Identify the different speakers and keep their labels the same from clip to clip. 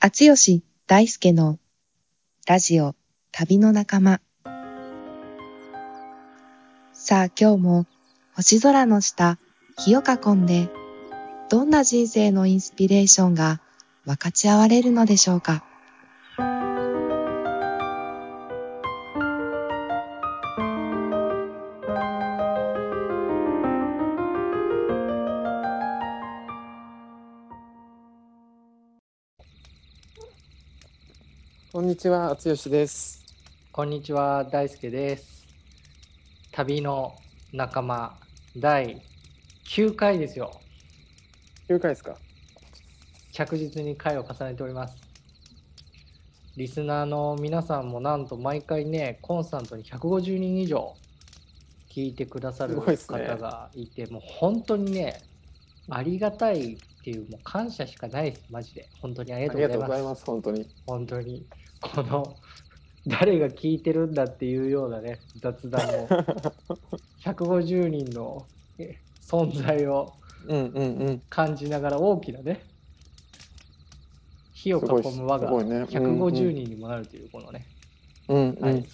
Speaker 1: 厚吉大輔のラジオ旅の仲間さあ今日も星空の下火を囲んでどんな人生のインスピレーションが分かち合われるのでしょうか
Speaker 2: こんにちは、厚吉です。
Speaker 3: こんにちは、大輔です。旅の仲間第9回ですよ。
Speaker 2: 9回ですか
Speaker 3: 着実に回を重ねております。リスナーの皆さんもなんと毎回ね、コンスタントに150人以上聞いてくださる
Speaker 2: すごいっすね
Speaker 3: 方がいて、もう本当にね、ありがたいっていう、もう感謝しかないです、マジで。本当にあり
Speaker 2: あ
Speaker 3: がと
Speaker 2: りがと
Speaker 3: う
Speaker 2: う
Speaker 3: ご
Speaker 2: ご
Speaker 3: ざ
Speaker 2: ざ
Speaker 3: い
Speaker 2: い
Speaker 3: ます。
Speaker 2: ます、本当に。
Speaker 3: 本当にこの誰が聞いてるんだっていうようなね雑 談も150人のえ存在を
Speaker 2: うんうんうん。
Speaker 3: 感じながら大きなね火を
Speaker 2: すごい
Speaker 3: 囲む輪が
Speaker 2: すごいね
Speaker 3: 150人にもなるというこのね、
Speaker 2: うんうん。
Speaker 3: はい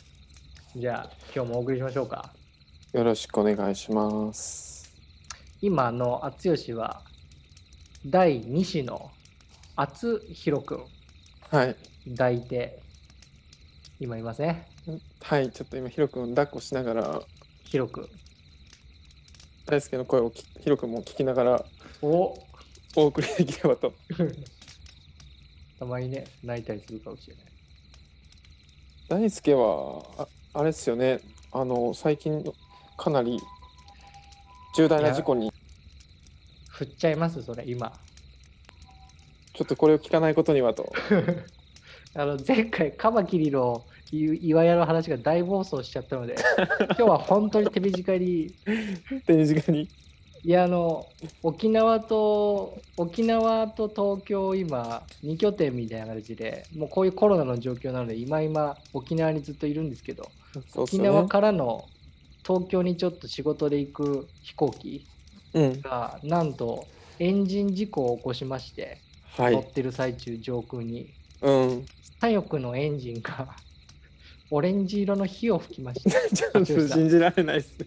Speaker 3: じゃあ今日もお送りしましょうか
Speaker 2: よろしくお願いします。
Speaker 3: 今の厚吉は第2子の厚弘くん
Speaker 2: はい。
Speaker 3: 抱いて今いますね
Speaker 2: はい、ちょっと今、ひろくんを抱っこしながら、
Speaker 3: 広く
Speaker 2: 大輔の声をきひろくんも聞きながら
Speaker 3: お
Speaker 2: お送りできればと。
Speaker 3: たまにね、泣いたりするかもしれない。
Speaker 2: 大輔は、ああれですよね、あの、最近の、かなり重大な事故に、
Speaker 3: 振っちゃいます、それ、今。
Speaker 2: ちょっとこれを聞かないことには と。
Speaker 3: あの前回、カマキリのい岩屋の話が大暴走しちゃったので、今日は本当に手短に、
Speaker 2: 手短に。
Speaker 3: いや、あの、沖縄と、沖縄と東京、今、2拠点みたいな形で、もうこういうコロナの状況なので、今今、沖縄にずっといるんですけど、
Speaker 2: そうっす
Speaker 3: 沖
Speaker 2: よね
Speaker 3: 縄からの東京にちょっと仕事で行く飛行機
Speaker 2: うん。
Speaker 3: が、なんと、エンジン事故を起こしまして、
Speaker 2: は
Speaker 3: 乗っ
Speaker 2: い。
Speaker 3: てる最中上空に
Speaker 2: うん。
Speaker 3: 左翼のエンジンが オレンジ色の火を吹きました
Speaker 2: ちょっと 信じられないですね。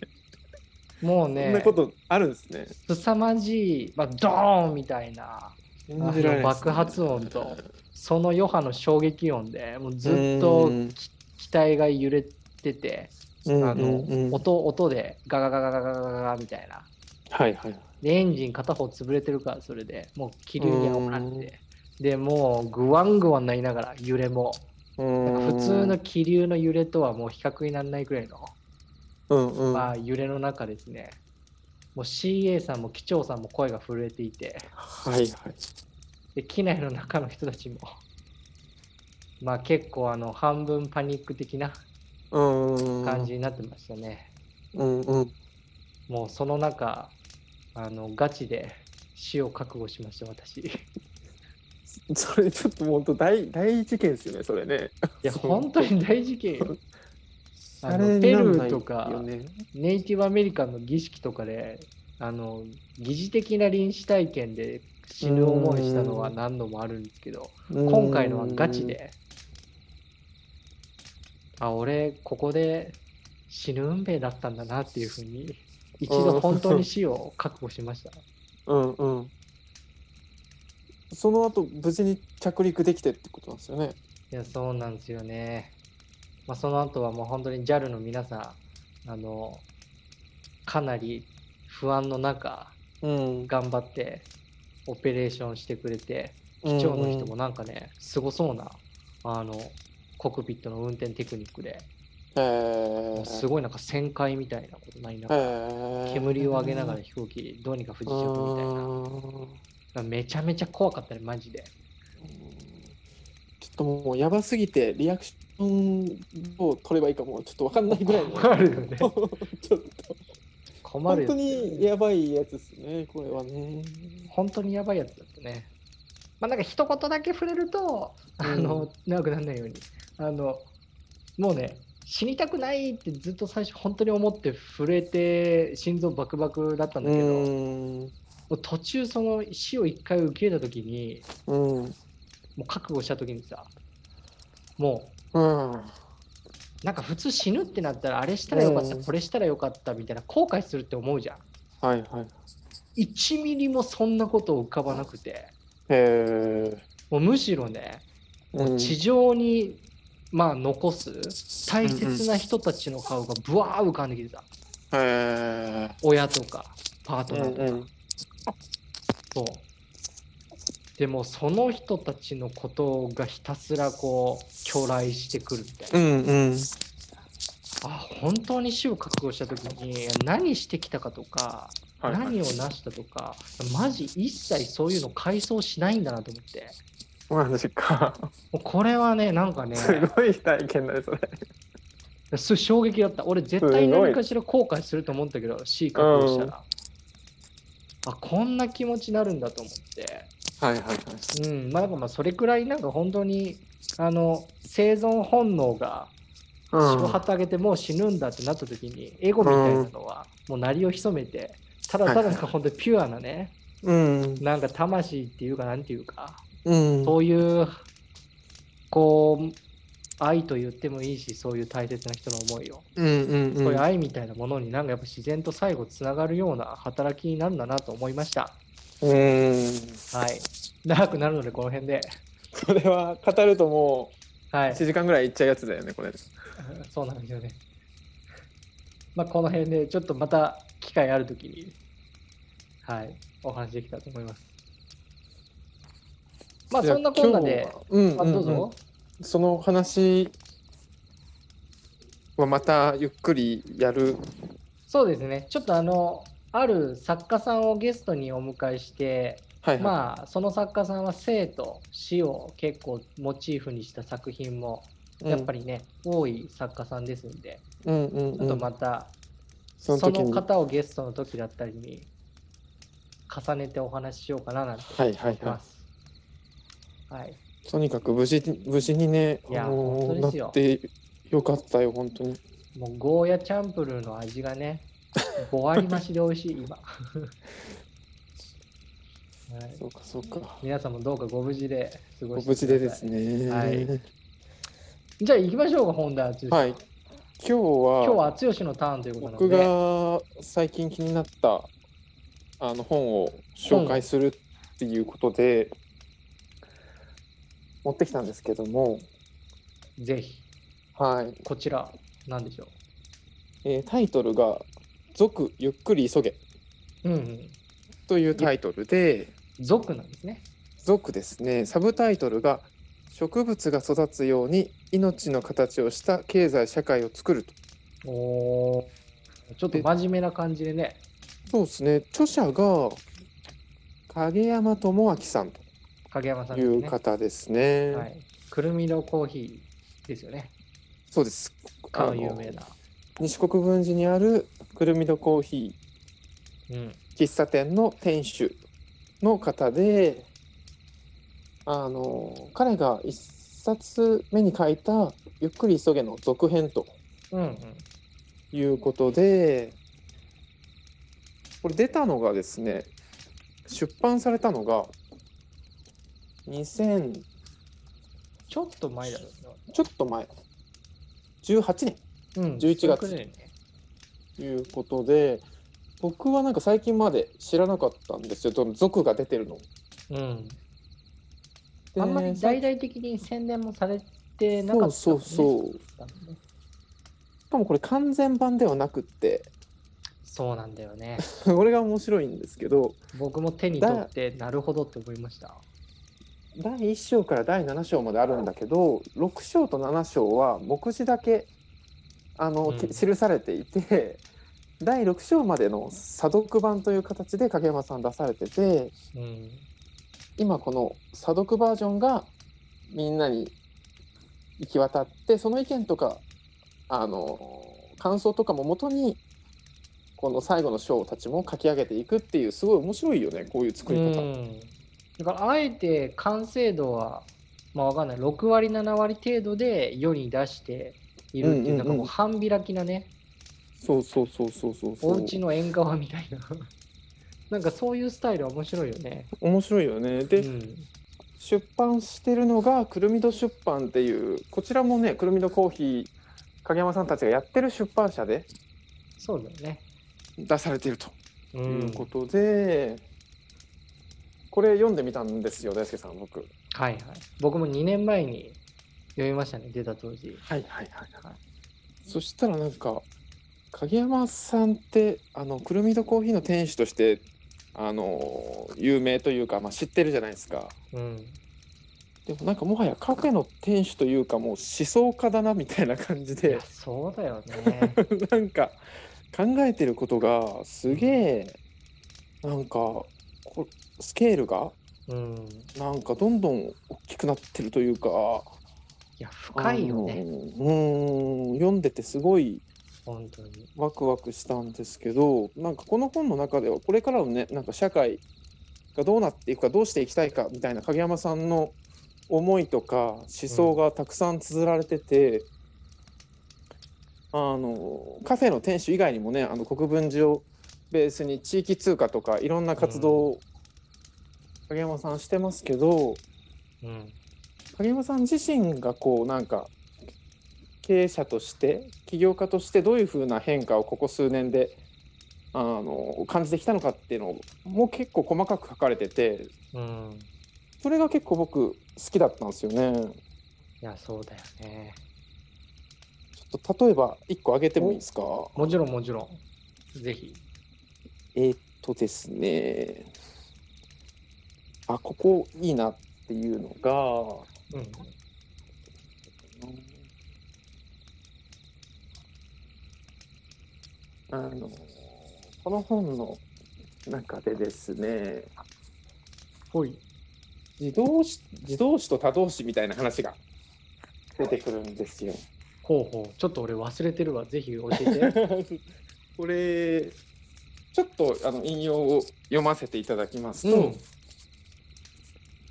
Speaker 3: もう
Speaker 2: そん
Speaker 3: ね
Speaker 2: なことあるんですね。
Speaker 3: 凄まじい、まあ、ドーンみたいな
Speaker 2: 信じられないっすね
Speaker 3: あの爆発音とその余波の衝撃音でもうずっと
Speaker 2: うん
Speaker 3: き機体が揺れてて
Speaker 2: う
Speaker 3: あ
Speaker 2: ん
Speaker 3: の
Speaker 2: うんうん
Speaker 3: 音音でガガガガガガガガガみたいな
Speaker 2: はいはい
Speaker 3: でエンジン片方潰れてるからそれでもう気流に煽られてでもうグワングワンなりながら揺れもなんか普通の気流の揺れとはもう比較にならないくらいの、
Speaker 2: うんうん
Speaker 3: ま
Speaker 2: は
Speaker 3: あ、揺れの中ですね、もう CA さんも機長さんも声が震えていて、
Speaker 2: いはい
Speaker 3: で機内の中の人たちも、 まあ、結構あの半分パニック的な
Speaker 2: うんうんうん
Speaker 3: 感じになってましたね。
Speaker 2: うんうん
Speaker 3: もうその中、あのガチで死を覚悟しまし た、私。い
Speaker 2: それちょっともう本当大大事件ですよねそれね
Speaker 3: や、
Speaker 2: そう
Speaker 3: 本当に大事件よ。あ
Speaker 2: あれ
Speaker 3: の
Speaker 2: に
Speaker 3: ペ
Speaker 2: なら
Speaker 3: ル
Speaker 2: な
Speaker 3: ー
Speaker 2: い
Speaker 3: とか、
Speaker 2: よね
Speaker 3: ネイティブアメリカンの儀式とかで、あの疑似的な臨死体験で死ぬ思いしたのは何度もあるんですけど、今回のはガチで、あ、俺、ここで死ぬ運命だったんだなっていうふうに、一度本当に死を覚悟しました。
Speaker 2: うんうんその後無事に着陸できてってことなんですよね
Speaker 3: いや、そうなんですよね。まあ、その後はもう本当に JAL の皆さん、あの、かなり不安の中、
Speaker 2: うん
Speaker 3: 頑張ってオペレーションしてくれて、機長の人もなんかね、すごそうな、あの、コックピットの運転テクニックで、
Speaker 2: へ
Speaker 3: も
Speaker 2: え
Speaker 3: うすごいなんか旋回みたいなことないながら、
Speaker 2: へえ
Speaker 3: 煙を上げながら飛行機、どうにか不時着みたいな。だからめちゃめちゃ怖かったね、マジで。
Speaker 2: ちょっともうやばすぎてリアクションを取ればいいかもちょっとわかんないぐらいの
Speaker 3: 困るよね
Speaker 2: ちょっと
Speaker 3: 困る
Speaker 2: 本
Speaker 3: よ
Speaker 2: 当にやばいやつですねこれはね
Speaker 3: 本当にやばいやつだったね。まあなんか一言だけ触れると、あの、長くならないように。あの、もうね、死にたくないってずっと最初本当に思って震えて心臓バクバクだったんだけど、も
Speaker 2: ん
Speaker 3: う途中その死を一回受け入れた時に、
Speaker 2: うん
Speaker 3: もう覚悟した時にさ、も
Speaker 2: うん。
Speaker 3: う、なんか普通死ぬってなったら、あれしたらよかった、
Speaker 2: うん
Speaker 3: これしたらよかったみたいな、後悔するって思うじゃん。
Speaker 2: はいはい。
Speaker 3: 1ミリもそんなこと浮かばなくて、
Speaker 2: え
Speaker 3: もうむしろね、
Speaker 2: ー。うん
Speaker 3: 地上に、まあ、残す大切な人たちの顔がぶわー浮かんできてた。
Speaker 2: え
Speaker 3: 親とか、パートナーとか。
Speaker 2: ー。うん
Speaker 3: そう。でもその人たちのことがひたすらこう去来してくるみたいな。
Speaker 2: うんうん。
Speaker 3: あ本当に死を覚悟した時に何してきたかとか、
Speaker 2: はいはい
Speaker 3: 何を成したとかマジ一切そういうの回想しないんだなと思って
Speaker 2: マジか。
Speaker 3: もうこれはねなんかね
Speaker 2: すごい体験だね、それ。
Speaker 3: す衝撃だった俺絶対何かしら後悔すると思ったけど死覚悟したら、あこんな気持ちになるんだと思って
Speaker 2: はいはいはい。
Speaker 3: うん、まあ、なんかまあそれくらいなんか本当にあの生存本能が四
Speaker 2: う
Speaker 3: 旗あげてもう死ぬんだってなった時に、エゴみたいなのはもう鳴りを潜めて、ただただなんか本当にピュアなね、
Speaker 2: ん。うん。
Speaker 3: なんか魂っていうかなんていうか、
Speaker 2: うん。
Speaker 3: そういうこう愛と言ってもいいし、そういう大切な人の思いを、
Speaker 2: うんうんうん。
Speaker 3: そういう愛みたいなものになんかやっぱ自然と最後つながるような働きになるんだなと思いました。
Speaker 2: うん。
Speaker 3: はい。長くなるのでこの辺で。
Speaker 2: それは語るとも
Speaker 3: は
Speaker 2: う
Speaker 3: い。
Speaker 2: 1時間ぐらいいっちゃうやつだよね、これ。
Speaker 3: そうなんですよね。まあ、この辺で、ちょっとまた機会あるときに、はい、お話できたらと思います。まあ、そんなこんなで、
Speaker 2: 今日は、
Speaker 3: あ
Speaker 2: うんうんう
Speaker 3: どうんぞ。
Speaker 2: その話はまたゆっくりやる。
Speaker 3: そうですね、ちょっとあの、ある作家さんをゲストにお迎えして、
Speaker 2: はいはい。
Speaker 3: まあ、その作家さんは生と死を結構モチーフにした作品も、
Speaker 2: うん
Speaker 3: やっぱりね、多い作家さんですんで、
Speaker 2: うんうん
Speaker 3: ちょっ
Speaker 2: う
Speaker 3: と
Speaker 2: ん。
Speaker 3: また、
Speaker 2: その
Speaker 3: そ
Speaker 2: 時
Speaker 3: の
Speaker 2: に。は
Speaker 3: 方をゲストの時だったりに重ねてお話ししようかななんて
Speaker 2: いはい
Speaker 3: 思い
Speaker 2: は
Speaker 3: ます。はい、
Speaker 2: い。とにかく無事に無事にね、
Speaker 3: いや
Speaker 2: あの
Speaker 3: 本当ですよ
Speaker 2: なってよかったよ、本当に。
Speaker 3: もうゴーヤチャンプルーの味 がね、5割増しで美味しい今、 はい。
Speaker 2: そうかそうか。
Speaker 3: 皆さんもどうかご無事で過ご
Speaker 2: ご
Speaker 3: して
Speaker 2: 無事でです
Speaker 3: ね。
Speaker 2: ね。
Speaker 3: はいじゃあ行きましょうか、本田敦。
Speaker 2: はい。今日は
Speaker 3: 今日は剛のターンということなの
Speaker 2: 僕
Speaker 3: で、
Speaker 2: が最近気になったあの本を紹介するっていうことで、持ってきたんですけども、
Speaker 3: ぜひ、
Speaker 2: はい
Speaker 3: こちら、なんでしょ
Speaker 2: えータイトルが「続ゆっくり急げ
Speaker 3: う。うん、うん。」
Speaker 2: というタイトルで
Speaker 3: 族なんですね。
Speaker 2: 「続」ですねサブタイトルが「植物が育つように命の形をした経済社会を作る」と。
Speaker 3: おーちょっと真面目な感じでね。
Speaker 2: そうですね著者が影山智明さん
Speaker 3: 影山さ
Speaker 2: と
Speaker 3: んで
Speaker 2: い
Speaker 3: す
Speaker 2: う
Speaker 3: ね。
Speaker 2: 方ですね。
Speaker 3: はい。くるみのコーヒーですよね。
Speaker 2: そうです。
Speaker 3: か
Speaker 2: あ
Speaker 3: の
Speaker 2: の
Speaker 3: 有名な。
Speaker 2: 西国分寺にあるくるみどコーヒ
Speaker 3: うん。
Speaker 2: ー喫茶店の店主の方であの彼が一冊目に書いた「ゆっくり急げ」の続編と
Speaker 3: うんうん。
Speaker 2: いうことでこれ出たのがですね出版されたのが2000
Speaker 3: ちょっと前だろ
Speaker 2: ちょっと前18年
Speaker 3: うな。うん。
Speaker 2: 11月
Speaker 3: そういうことだよね
Speaker 2: ということで僕はなんか最近まで知らなかったんですよどの族が出てるの。
Speaker 3: うん。あんまり
Speaker 2: でさ
Speaker 3: 大々的に宣伝もされてな
Speaker 2: そ
Speaker 3: か
Speaker 2: う
Speaker 3: ったも
Speaker 2: そ
Speaker 3: ん
Speaker 2: う
Speaker 3: ね。
Speaker 2: そうし
Speaker 3: だもんね
Speaker 2: かもこれ完全版ではなくって
Speaker 3: そうなんだよね。
Speaker 2: これが面白いんですけど
Speaker 3: 僕も手に取って、なるほどって思いました。
Speaker 2: 第1章から第7章まであるんだけど6章と7章は目次だけあの、
Speaker 3: うん
Speaker 2: て記されていて第6章までの査読版という形で影山さん出されてて
Speaker 3: うん。
Speaker 2: 今この査読バージョンがみんなに行き渡ってその意見とかあの感想とかももとにこの最後の章たちも書き上げていくっていうすごい面白いよねこういう作り
Speaker 3: う
Speaker 2: 方。
Speaker 3: ん、だから、あえて完成度は、まあわかんない。6割、7割程度で世に出している
Speaker 2: うんう
Speaker 3: っていう、
Speaker 2: んうん
Speaker 3: なんかもう半開きなね。
Speaker 2: そうそうそうそうそうそう。
Speaker 3: おうちの縁側みたい な。なんかそういうスタイルは面白いよね。
Speaker 2: 面白いよね。で、
Speaker 3: うん、
Speaker 2: 出版してるのがくるみど出版っていうこちらもねくるみどコーヒー影山さんたちがやってる出版社で
Speaker 3: そうだよね。
Speaker 2: 出されていると
Speaker 3: う
Speaker 2: いうことで、これ読んでみたんですよ大輔さん僕。
Speaker 3: はいはい。僕も2年前に読みましたね、出た当時。
Speaker 2: はいはいはいはい。そしたらなんか影山さんってあのくるみどコーヒーの店主としてあの有名というか、まあ、知ってるじゃないですか。
Speaker 3: うん。
Speaker 2: でもなんかもはやカフェの店主というかもう思想家だなみたいな感じ
Speaker 3: い
Speaker 2: で
Speaker 3: や、そうだよね。
Speaker 2: なんか考えてることがすげえなんかこスケールが
Speaker 3: うん。
Speaker 2: なんかどんどん大きくなってるというか
Speaker 3: いや、深いよね、
Speaker 2: あのうん読んでてすごい
Speaker 3: 本当に。
Speaker 2: ワクワクしたんですけどなんかこの本の中ではこれからのねなんか社会がどうなっていくかどうしていきたいかみたいな影山さんの思いとか思想がたくさん綴られてて、あのカフェの店主以外にもねあの国分寺をベースに地域通貨とかいろんな活動を影山さんしてますけど
Speaker 3: うん。
Speaker 2: 影山さん自身がこうなんか経営者として起業家としてどういうふうな変化をここ数年であの感じてきたのかっていうのも結構細かく書かれてて
Speaker 3: うん。
Speaker 2: それが結構僕好きだったんですよね。
Speaker 3: いや、そうだよね。
Speaker 2: ちょっと例えば1個挙げてもいいですか
Speaker 3: もちろん、もちろん。ぜひ。
Speaker 2: えーっとですねあここいいなっていうのが
Speaker 3: うん。
Speaker 2: あのこの本の中でですね
Speaker 3: ほい。
Speaker 2: 自動詞自動詞と他動詞みたいな話が出てくるんですよ。
Speaker 3: ほうほう。ちょっと俺忘れてるわ。ぜひ 教えて。
Speaker 2: これちょっとあの引用を読ませていただきますと、
Speaker 3: うん。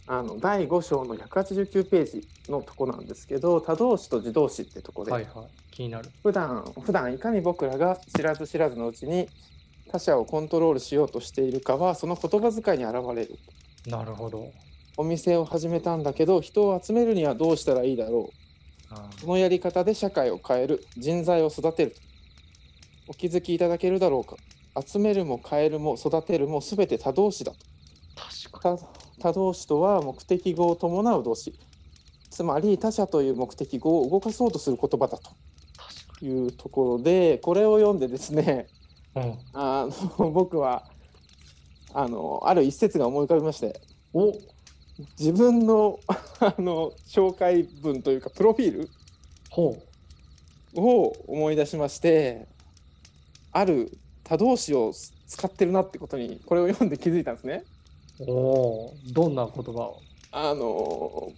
Speaker 2: あの第5章の189ページのとこなんですけど他動詞と自動詞ってとこで、
Speaker 3: はいはい。気になる。
Speaker 2: 普段普段いかに僕らが知らず知らずのうちに他者をコントロールしようとしているかはその言葉遣いに現れる
Speaker 3: なるほど。
Speaker 2: お店を始めたんだけど人を集めるにはどうしたらいいだろ
Speaker 3: あ
Speaker 2: うこのやり方で社会を変える人材を育てるお気づきいただけるだろうか集めるも変えるも育てるも全て他動詞だと
Speaker 3: ー確か
Speaker 2: 他他動詞とは目的語を伴う動詞つまり他者という目的語を動かそうとする言葉だ
Speaker 3: に。確
Speaker 2: というところでこれを読んでですね
Speaker 3: かに。うん。
Speaker 2: あの僕はあのある一節が思い浮かびまして
Speaker 3: お
Speaker 2: 自分の あの紹介文というかプロフィール
Speaker 3: ほ
Speaker 2: を思い出しましてある他動詞を使ってるなってことにこれを読んで気づいたんですね。
Speaker 3: う。おお。どんな言葉を
Speaker 2: あの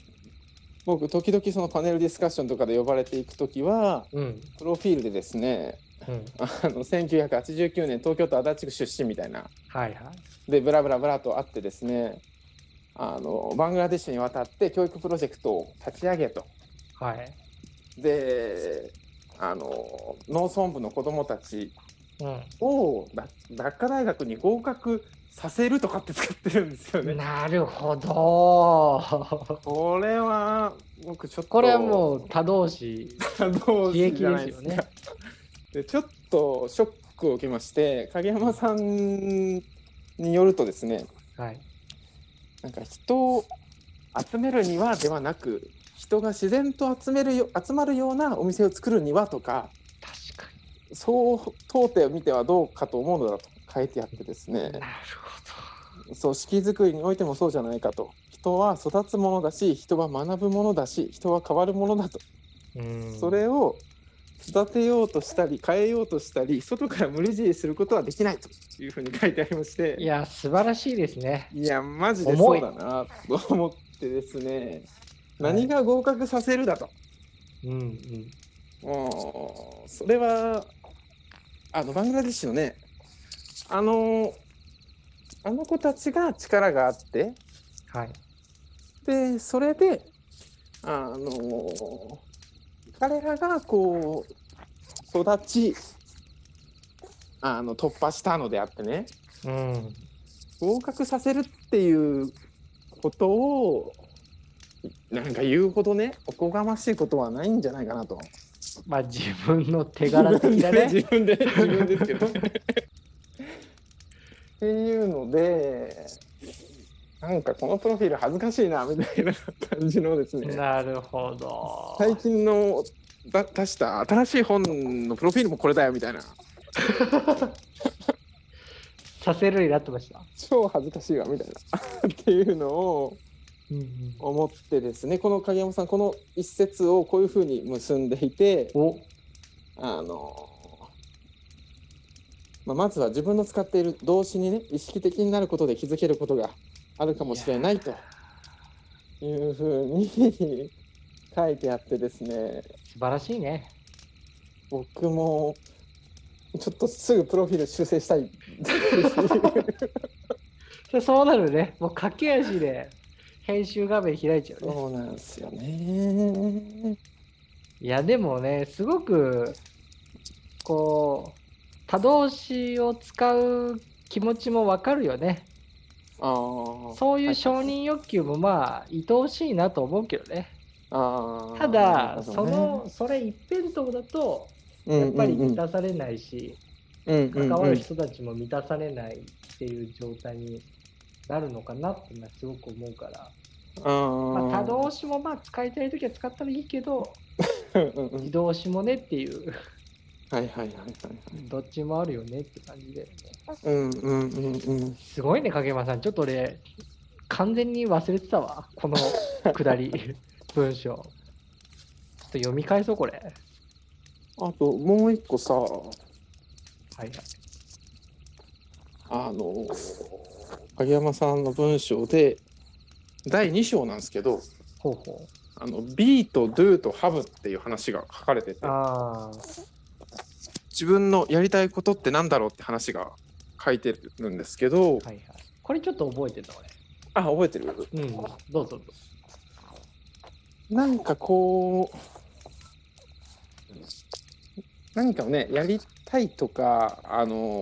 Speaker 2: 僕時々そのパネルディスカッションとかで呼ばれていく時は
Speaker 3: うん。
Speaker 2: プロフィールでですね
Speaker 3: うん。
Speaker 2: あの1989年東京都足立区出身みたいな
Speaker 3: はいはい。
Speaker 2: でブラブラブラと会ってですねあのバングラデシュに渡って教育プロジェクトを立ち上げと
Speaker 3: はい。
Speaker 2: であの農村部の子どもたち
Speaker 3: う
Speaker 2: をだ学科大学に合格させるとかって使ってるんですよ
Speaker 3: ん、
Speaker 2: ね。
Speaker 3: なるほど。
Speaker 2: これは僕ちょっと
Speaker 3: これはもう多動詞。
Speaker 2: あの
Speaker 3: 刺激ですよね
Speaker 2: じゃないですかでちょっとショックを受けまして影山さんによるとですね
Speaker 3: はい。
Speaker 2: なんか人を集めるにはではなく人が自然と集めるよ集まるようなお店を作るにはとか
Speaker 3: 確か
Speaker 2: そう到底を見てはどうかと思うのだと書いてあってですね
Speaker 3: になる
Speaker 2: 組織づくりにおいてもそうじゃないかと人は育つものだし人は学ぶものだし人は変わるものだと
Speaker 3: ほど。うん、
Speaker 2: それを育てようとしたり変えようとしたり外から無理強いすることはできないというふうに書いてありまして
Speaker 3: いや、素晴らしいですね。
Speaker 2: いやマジでそうだなと思ってですね
Speaker 3: はい
Speaker 2: 何が合格させるだと
Speaker 3: うんうん。
Speaker 2: もうそれはあのバングラデシュのねあのあの子たちが力があって
Speaker 3: はい。
Speaker 2: でそれであの彼らがこう育ちあの突破したのであってね
Speaker 3: うん。
Speaker 2: 合格させるっていうことをなんか言うほどねおこがましいことはないんじゃないかなと
Speaker 3: まあ自分の手柄的 なね。
Speaker 2: 自分で自分ですけどっていうのでなんかこのプロフィール恥ずかしいなみたいな感じのですね
Speaker 3: なるほど。
Speaker 2: 最近のだ出した新しい本のプロフィールもこれだよみたいな
Speaker 3: させるようになってました。
Speaker 2: 超恥ずかしいわみたいなっていうのを
Speaker 3: うんうん
Speaker 2: 思ってですねこの影山さんこの一節をこういうふうに結んでいて
Speaker 3: お
Speaker 2: あの、まあ、まずは自分の使っている動詞にね意識的になることで気づけることがあるかもしれないというふうに 書いてあってですね
Speaker 3: 素晴らしいね。
Speaker 2: 僕もちょっとすぐプロフィール修正した い
Speaker 3: でそうなるね。もう駆け足で編集画面開いちゃうね。
Speaker 2: そうなんですよね。
Speaker 3: いやでもね、すごくこう多動詞を使う気持ちもわかるよね。
Speaker 2: あー
Speaker 3: そうい
Speaker 2: は
Speaker 3: う
Speaker 2: い
Speaker 3: 承認欲求もまあ愛おしいなと思うけどね。
Speaker 2: あーな
Speaker 3: た
Speaker 2: る
Speaker 3: だ、
Speaker 2: ほど
Speaker 3: そ
Speaker 2: ね
Speaker 3: のそれ一辺倒だと
Speaker 2: うん
Speaker 3: やっぱり
Speaker 2: うんうん
Speaker 3: 満たされないし、
Speaker 2: うんうんうん
Speaker 3: 関わる人たちも満たされないっていう状態になるのかなってのはすごく思うから、まあ、
Speaker 2: あ
Speaker 3: 多動詞もまあ使いたい時は使ったらいいけど
Speaker 2: ーうんうんうん
Speaker 3: 移動詞もねっていう
Speaker 2: はいはいはいはい。
Speaker 3: どっちもあるよねって感じで
Speaker 2: うんうんうんうん。
Speaker 3: すごいね影山さんちょっと俺完全に忘れてたわこのくだ り文章ちょっと読み返そうこれ
Speaker 2: あともう一個さ、
Speaker 3: はい
Speaker 2: あの、影山さんの文章で、第2章なんですけど、
Speaker 3: ほうほ
Speaker 2: あの、B と Do と Have っていう話が書かれてて
Speaker 3: う、ああ
Speaker 2: 自分のやりたいことってなんだろうって話が書いてるんですけど、
Speaker 3: はいはいこれちょっと覚えてた
Speaker 2: あ、覚えてる
Speaker 3: 俺うんどうぞどうぞ
Speaker 2: なんかこう、何かをね、やりたいとか、あの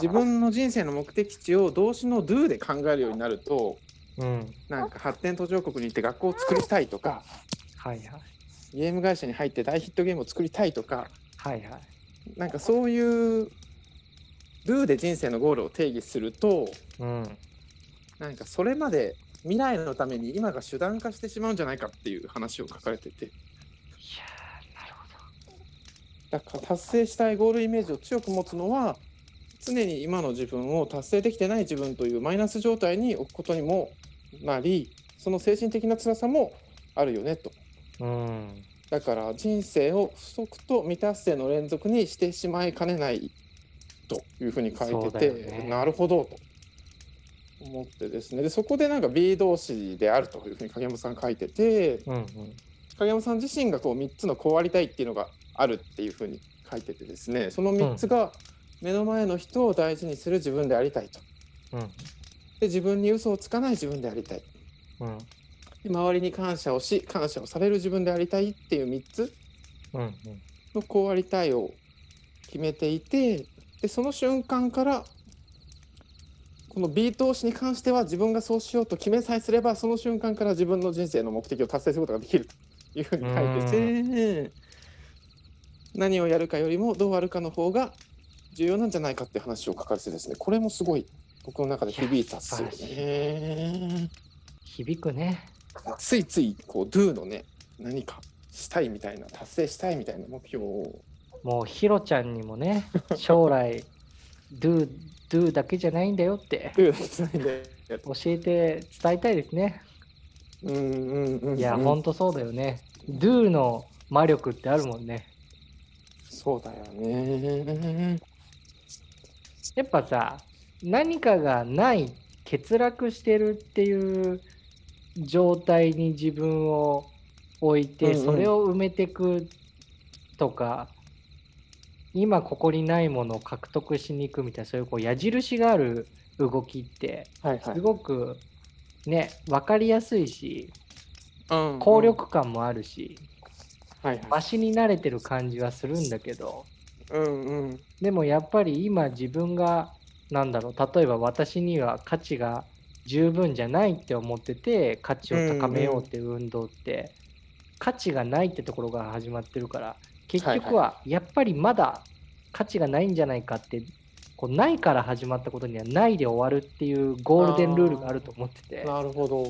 Speaker 2: 自分の人生の目的地を動詞の do で考えるようになると、
Speaker 3: うん
Speaker 2: なんか発展途上国に行って学校を作りたいとか、
Speaker 3: はいはい
Speaker 2: ゲーム会社に入って大ヒットゲームを作りたいとか、
Speaker 3: はいはい
Speaker 2: なんかそういう do で人生のゴールを定義すると、
Speaker 3: うん
Speaker 2: なんかそれまで未来のために今が手段化してしまうんじゃないかっていう話を書かれてて。
Speaker 3: いやーなるほど。
Speaker 2: だから達成したいゴールイメージを強く持つのは常に今の自分を達成できてない自分というマイナス状態に置くことにもなりその精神的な辛さもあるよねと
Speaker 3: うん。
Speaker 2: だから人生を不足と未達成の連続にしてしまいかねないというふうに書
Speaker 3: そ
Speaker 2: いう
Speaker 3: だ
Speaker 2: て
Speaker 3: よ
Speaker 2: て、
Speaker 3: ね
Speaker 2: なるほどと思ってですねでそこでなんか B 同士であるというふうに影山さん書いてて
Speaker 3: うんうん。
Speaker 2: 影山さん自身がこう3つのこうありたいっていうのがあるっていうふうに書いててですねその3つが目の前の人を大事にする自分でありたいと
Speaker 3: うん。
Speaker 2: で自分に嘘をつかない自分でありたい
Speaker 3: うん。
Speaker 2: で周りに感謝をし感謝をされる自分でありたいっていう3つ
Speaker 3: うん。
Speaker 2: のこうありたいを決めていてでその瞬間からこの B 投資に関しては自分がそうしようと決めさえすればその瞬間から自分の人生の目的を達成することができるというふうに書いてて何をやるかよりもどうあるかの方が重要なんじゃないかって話を書かれてですねこれもすごい僕の中で響いたっすよ
Speaker 3: いや素
Speaker 2: ね。
Speaker 3: 響くね。
Speaker 2: ついついこう Do のね何かしたいみたいな達成したいみたいな目標を
Speaker 3: もうヒロちゃんにもね、 将来、ドゥ、ドゥだけじゃないんだよって
Speaker 2: というわけじゃないんで。
Speaker 3: 教えて伝えたいですね。
Speaker 2: うんうんうんうん、
Speaker 3: いや、ほんとそうだよね。ドゥの魔力ってあるもんね。
Speaker 2: そうだよね。
Speaker 3: やっぱさ、何かがない、欠落してるっていう状態に自分を置いて、
Speaker 2: うんうん
Speaker 3: それを埋めていくとか、今ここにないものを獲得しに行くみたいな、そういうこう矢印がある動きって、
Speaker 2: はい
Speaker 3: すごくね、分かりやすいし、
Speaker 2: はい。うん
Speaker 3: 効。力感もあるし、
Speaker 2: はいは
Speaker 3: マ
Speaker 2: い。
Speaker 3: シに慣れてる感じはするんだけど、
Speaker 2: うんうん。
Speaker 3: でもやっぱり今自分がなんだろう例えば私には価値が十分じゃないって思ってて価値を高めようっていう運動って価値がないってところが始まってるから結局はやっぱりまだ価値がないんじゃないかってこうないから始まったことにはないで終わるっていうゴールデンルールがあると思ってて
Speaker 2: なるほど。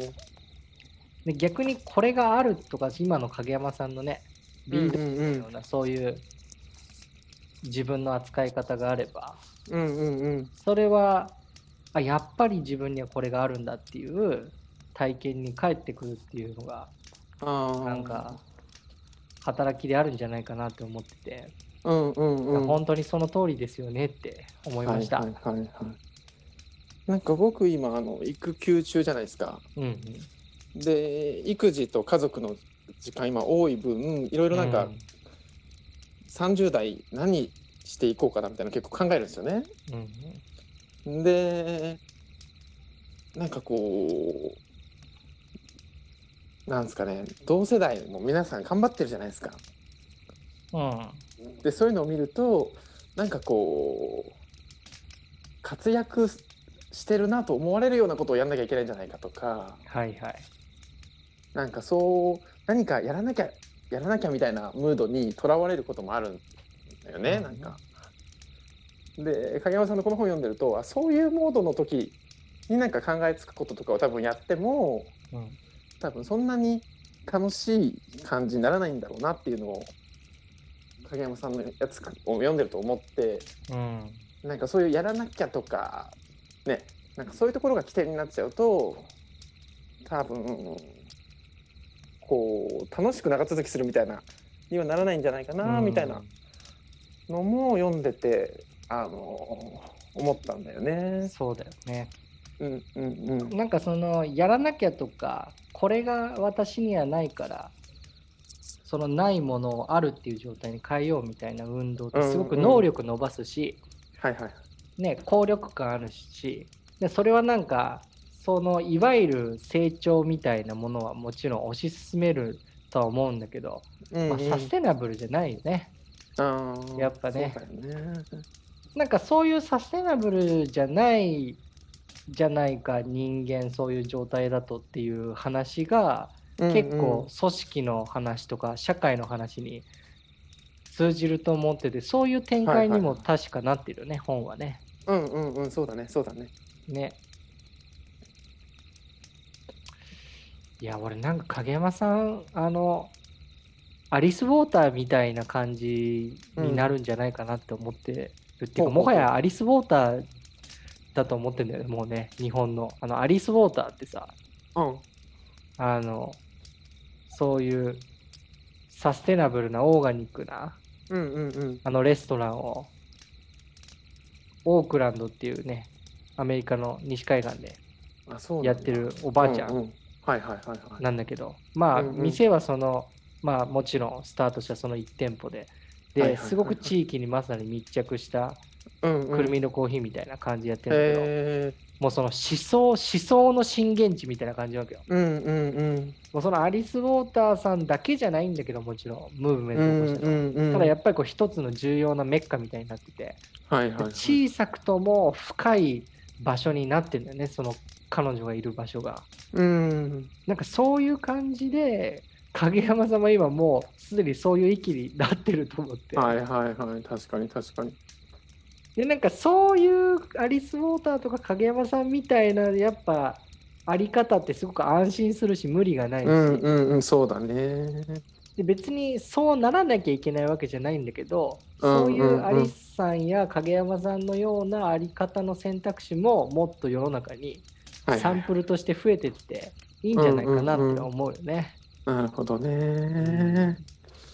Speaker 3: で逆にこれがあるとか今の影山さんのねリード
Speaker 2: うん
Speaker 3: のようなそういう自分の扱い方があれば
Speaker 2: うんうんうんうん。
Speaker 3: それはあやっぱり自分にはこれがあるんだっていう体験に返ってくるっていうのが
Speaker 2: あー
Speaker 3: なんか働きであるんじゃないかなって思ってて、
Speaker 2: うんうんうん。
Speaker 3: 本当にその通りですよねって思いました。
Speaker 2: はいはいはいはい、なんか僕今あの育休中じゃないですか。
Speaker 3: うんうん
Speaker 2: で育児と家族の時間今多い分いろいろなんか30代何していこうかなみたいなの結構考えるんですよね。
Speaker 3: うん
Speaker 2: でなんかこうなんですかね同世代も皆さん頑張ってるじゃないですか。
Speaker 3: うん
Speaker 2: でそういうのを見るとなんかこう活躍してるなと思われるようなことをやんなきゃいけないんじゃないかとか
Speaker 3: はいはい。
Speaker 2: なんかそう何かやらなきゃやらなきゃみたいなムードにとらわれることもあるんだよね、
Speaker 3: うん
Speaker 2: なんか。で影山さんのこの本読んでるとあそういうモードの時になんか考えつくこととかを多分やっても
Speaker 3: うん
Speaker 2: 多分そんなに楽しい感じにならないんだろうなっていうのを影山さんのやつを読んでると思って
Speaker 3: うん
Speaker 2: なんかそういうやらなきゃとかねなんかそういうところが起点になっちゃうと多分こう楽しく長続きするみたいなにはならないんじゃないかなみたいなのも読んでてあの思ったんだよね。
Speaker 3: そうだよね。
Speaker 2: うんうんうん
Speaker 3: なんかそのやらなきゃとかこれが私にはないからそのないものをあるっていう状態に変えようみたいな運動ってすごく能力伸ばすし、
Speaker 2: はいはい。
Speaker 3: ね、効力感あるしでそれはなんかそのいわゆる成長みたいなものはもちろん推し進めるとは思うんだけど、
Speaker 2: うん
Speaker 3: ま
Speaker 2: う
Speaker 3: あ、
Speaker 2: ん
Speaker 3: サステナブルじゃないよね。
Speaker 2: あー
Speaker 3: やっぱね
Speaker 2: そうだよね
Speaker 3: なんかそういうサステナブルじゃないじゃないか人間そういう状態だとっていう話が
Speaker 2: うんうん
Speaker 3: 結構組織の話とか社会の話に通じると思っててそういう展開にも確かなってるよね、本はね。
Speaker 2: うんうんうんそうだねそうだね
Speaker 3: ね。いや、俺なんか影山さん、あの、アリス・ウォーターみたいな感じになるんじゃないかなって思ってるって
Speaker 2: ほう
Speaker 3: いうか、
Speaker 2: ほうほう
Speaker 3: もはやアリス・ウォーターだと思ってんだよね、もうね、日本の。あの、アリス・ウォーターってさ、
Speaker 2: うん
Speaker 3: あの、そういうサステナブルなオーガニックな
Speaker 2: うんうんうん
Speaker 3: あのレストランをオークランドっていうねアメリカの西海岸で
Speaker 2: あそうなんだ
Speaker 3: やってるおばあちゃ
Speaker 2: うんうんんはいはいはいはい
Speaker 3: なんだけどまあ
Speaker 2: うんうん
Speaker 3: 店はそのまあもちろんスタートしたその1店舗で
Speaker 2: はいはい
Speaker 3: で
Speaker 2: はいはい
Speaker 3: すごく地域にまさに密着した
Speaker 2: うんうん
Speaker 3: くるみのコーヒーみたいな感じでやってるんだけど
Speaker 2: へえ
Speaker 3: もうその思想思想の震源地みたいな感じなわけよ
Speaker 2: うんうんうん
Speaker 3: もうそのアリス・ウォーターさんだけじゃないんだけどもちろんムーブメン
Speaker 2: う
Speaker 3: ト
Speaker 2: ん
Speaker 3: を起こした
Speaker 2: う
Speaker 3: の
Speaker 2: んうん
Speaker 3: ただやっぱりこう一つの重要なメッカみたいになってて
Speaker 2: はいはいはい
Speaker 3: 小さくとも深い場所になってるんだよねその彼女がいる場所が
Speaker 2: うん
Speaker 3: なんかそういう感じで影山さんは今もうすでにそういう域になってると思って、
Speaker 2: はいはいはい確かに確かに
Speaker 3: でなんかそういうアリス・ウォーターとか影山さんみたいなやっぱあり方ってすごく安心するし無理がないし、
Speaker 2: うんうんうんそうだね
Speaker 3: で別にそうならなきゃいけないわけじゃないんだけど、
Speaker 2: うん
Speaker 3: そういうア
Speaker 2: うんうん
Speaker 3: リスさんや影山さんのようなあり方の選択肢ももっと世の中に
Speaker 2: はい
Speaker 3: サンプルとして増えてっていいんじゃないかなって思うよね。
Speaker 2: なるほどね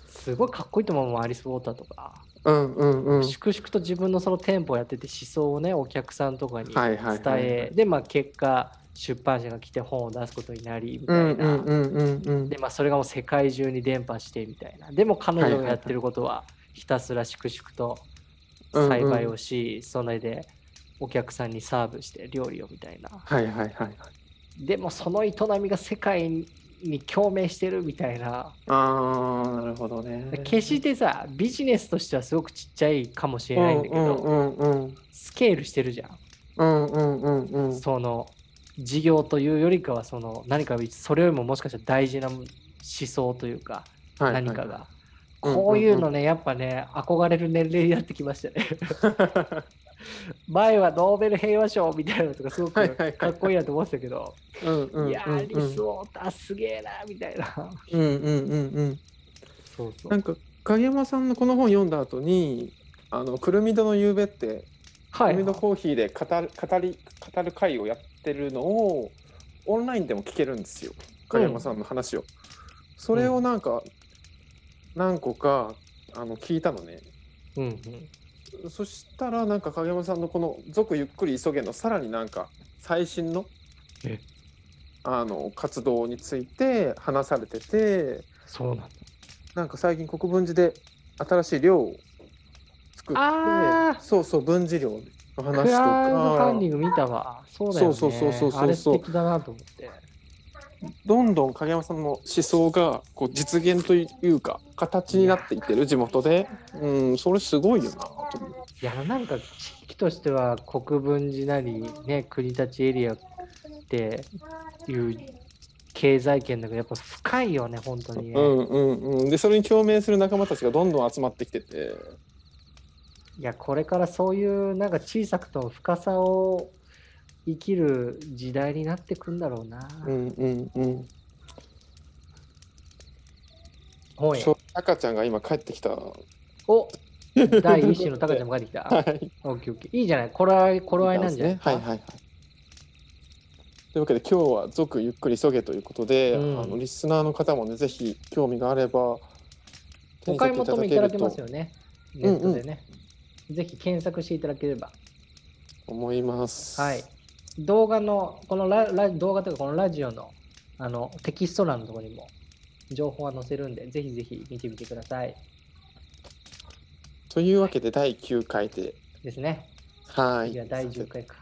Speaker 3: すごいかっこいいと思うもんアリス・ウォーターとか、
Speaker 2: うんうんうん
Speaker 3: 粛々と自分のその店舗やってて思想をねお客さんとかに伝
Speaker 2: はいはいはい
Speaker 3: えでまあ結果出版社が来て本を出すことになりみ
Speaker 2: う
Speaker 3: た
Speaker 2: ん
Speaker 3: いな、
Speaker 2: うんうんうんうん
Speaker 3: でまあそれがもう世界中に伝播してみたいなでも彼女がやってることはひたすら粛々と栽培をし、それでお客さんにサーブして料理をみたいな
Speaker 2: はいはいはいはい
Speaker 3: でもその営みが世界に共鳴してるみたいな
Speaker 2: ああなるほどね
Speaker 3: 決してさビジネスとしてはすごくちっちゃいかもしれないんだけど、
Speaker 2: うんうんうん
Speaker 3: スケールしてるじゃん、
Speaker 2: うんうんうんうん
Speaker 3: その事業というよりかはその何かそれよりももしかしたら大事な思想というか
Speaker 2: はい
Speaker 3: 何かが、
Speaker 2: うんうんうん
Speaker 3: こういうのねやっぱね憧れる年齢になってきましたね 前はノーベル平和賞みたいなのとかすご
Speaker 2: はいはいはい
Speaker 3: くかっこいいなと思ってたけど
Speaker 2: うんうんうんうん
Speaker 3: いやー理想だすげえなみたいな
Speaker 2: うんうんうんうん
Speaker 3: そうそ
Speaker 2: なんか影山さんのこの本読んだ後にあのくるみどの夕べって
Speaker 3: は
Speaker 2: く
Speaker 3: い
Speaker 2: るみどコーヒーで語る語り語る会をやってるのをオンラインでも聞けるんですよ影山さんの話を、それをなんか何個かあの聞いたのね
Speaker 3: うんうん
Speaker 2: そしたらなんか影山さんのこの「続ゆっくり急げ」のさらになんか最新の
Speaker 3: え
Speaker 2: あの活動について話されてて
Speaker 3: そうなんだ
Speaker 2: なんか最近国分寺で新しい寮を作っ
Speaker 3: あー
Speaker 2: てそうそう文治寮の話
Speaker 3: ク
Speaker 2: と
Speaker 3: ラウドファンディ
Speaker 2: か
Speaker 3: ング見たわそうだよね
Speaker 2: そうそうそうそうそう
Speaker 3: あれ素敵だなと思って
Speaker 2: どんどん影山さんの思想がこう実現というか形になっていってる地元でうんそれすごいよなと思う。
Speaker 3: いやなんか地域としては国分寺なりね国立エリアっていう経済圏だけどやっぱ深いよね本当にね、
Speaker 2: うんうんうん、でそれに共鳴する仲間たちがどんどん集まってきてて。
Speaker 3: いやこれからそういうなんか小さくとも深さを生きる時代になってくんだろうな、
Speaker 2: うんうんうん
Speaker 3: 本
Speaker 2: そう
Speaker 3: 屋
Speaker 2: 赤ちゃんが今帰ってきた。は
Speaker 3: お第一子の高ちゃんも帰ってきた
Speaker 2: い。
Speaker 3: オッケーオッケーいいじゃないこれは頃合いなんじゃない
Speaker 2: ね。はいはいはい。というわけで今日は「続ゆっくり急げ」ということで、
Speaker 3: うん
Speaker 2: あのリスナーの方もねぜひ興味があれば手
Speaker 3: お
Speaker 2: に
Speaker 3: 買
Speaker 2: 取
Speaker 3: い
Speaker 2: って
Speaker 3: 求めいただけます
Speaker 2: と
Speaker 3: よねネットでね、ぜひ検索していただければ
Speaker 2: 思います。
Speaker 3: はい。動画の、このララ動画というか、このラジオのあのテキスト欄のところにも情報は載せるんで、ぜひぜひ見てみてください。
Speaker 2: というわけで第9回で。
Speaker 3: ですね。
Speaker 2: はい。
Speaker 3: 次は第10回か。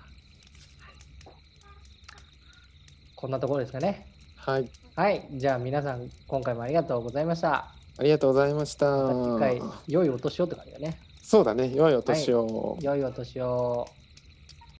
Speaker 3: こんなところですかね。
Speaker 2: はい。
Speaker 3: はい。じゃあ皆さん、今回もありがとうございました。
Speaker 2: ありがとうございました。
Speaker 3: また次回、良いお年をって感じだね。
Speaker 2: そうだね。良いお年を。
Speaker 3: 良いお年を。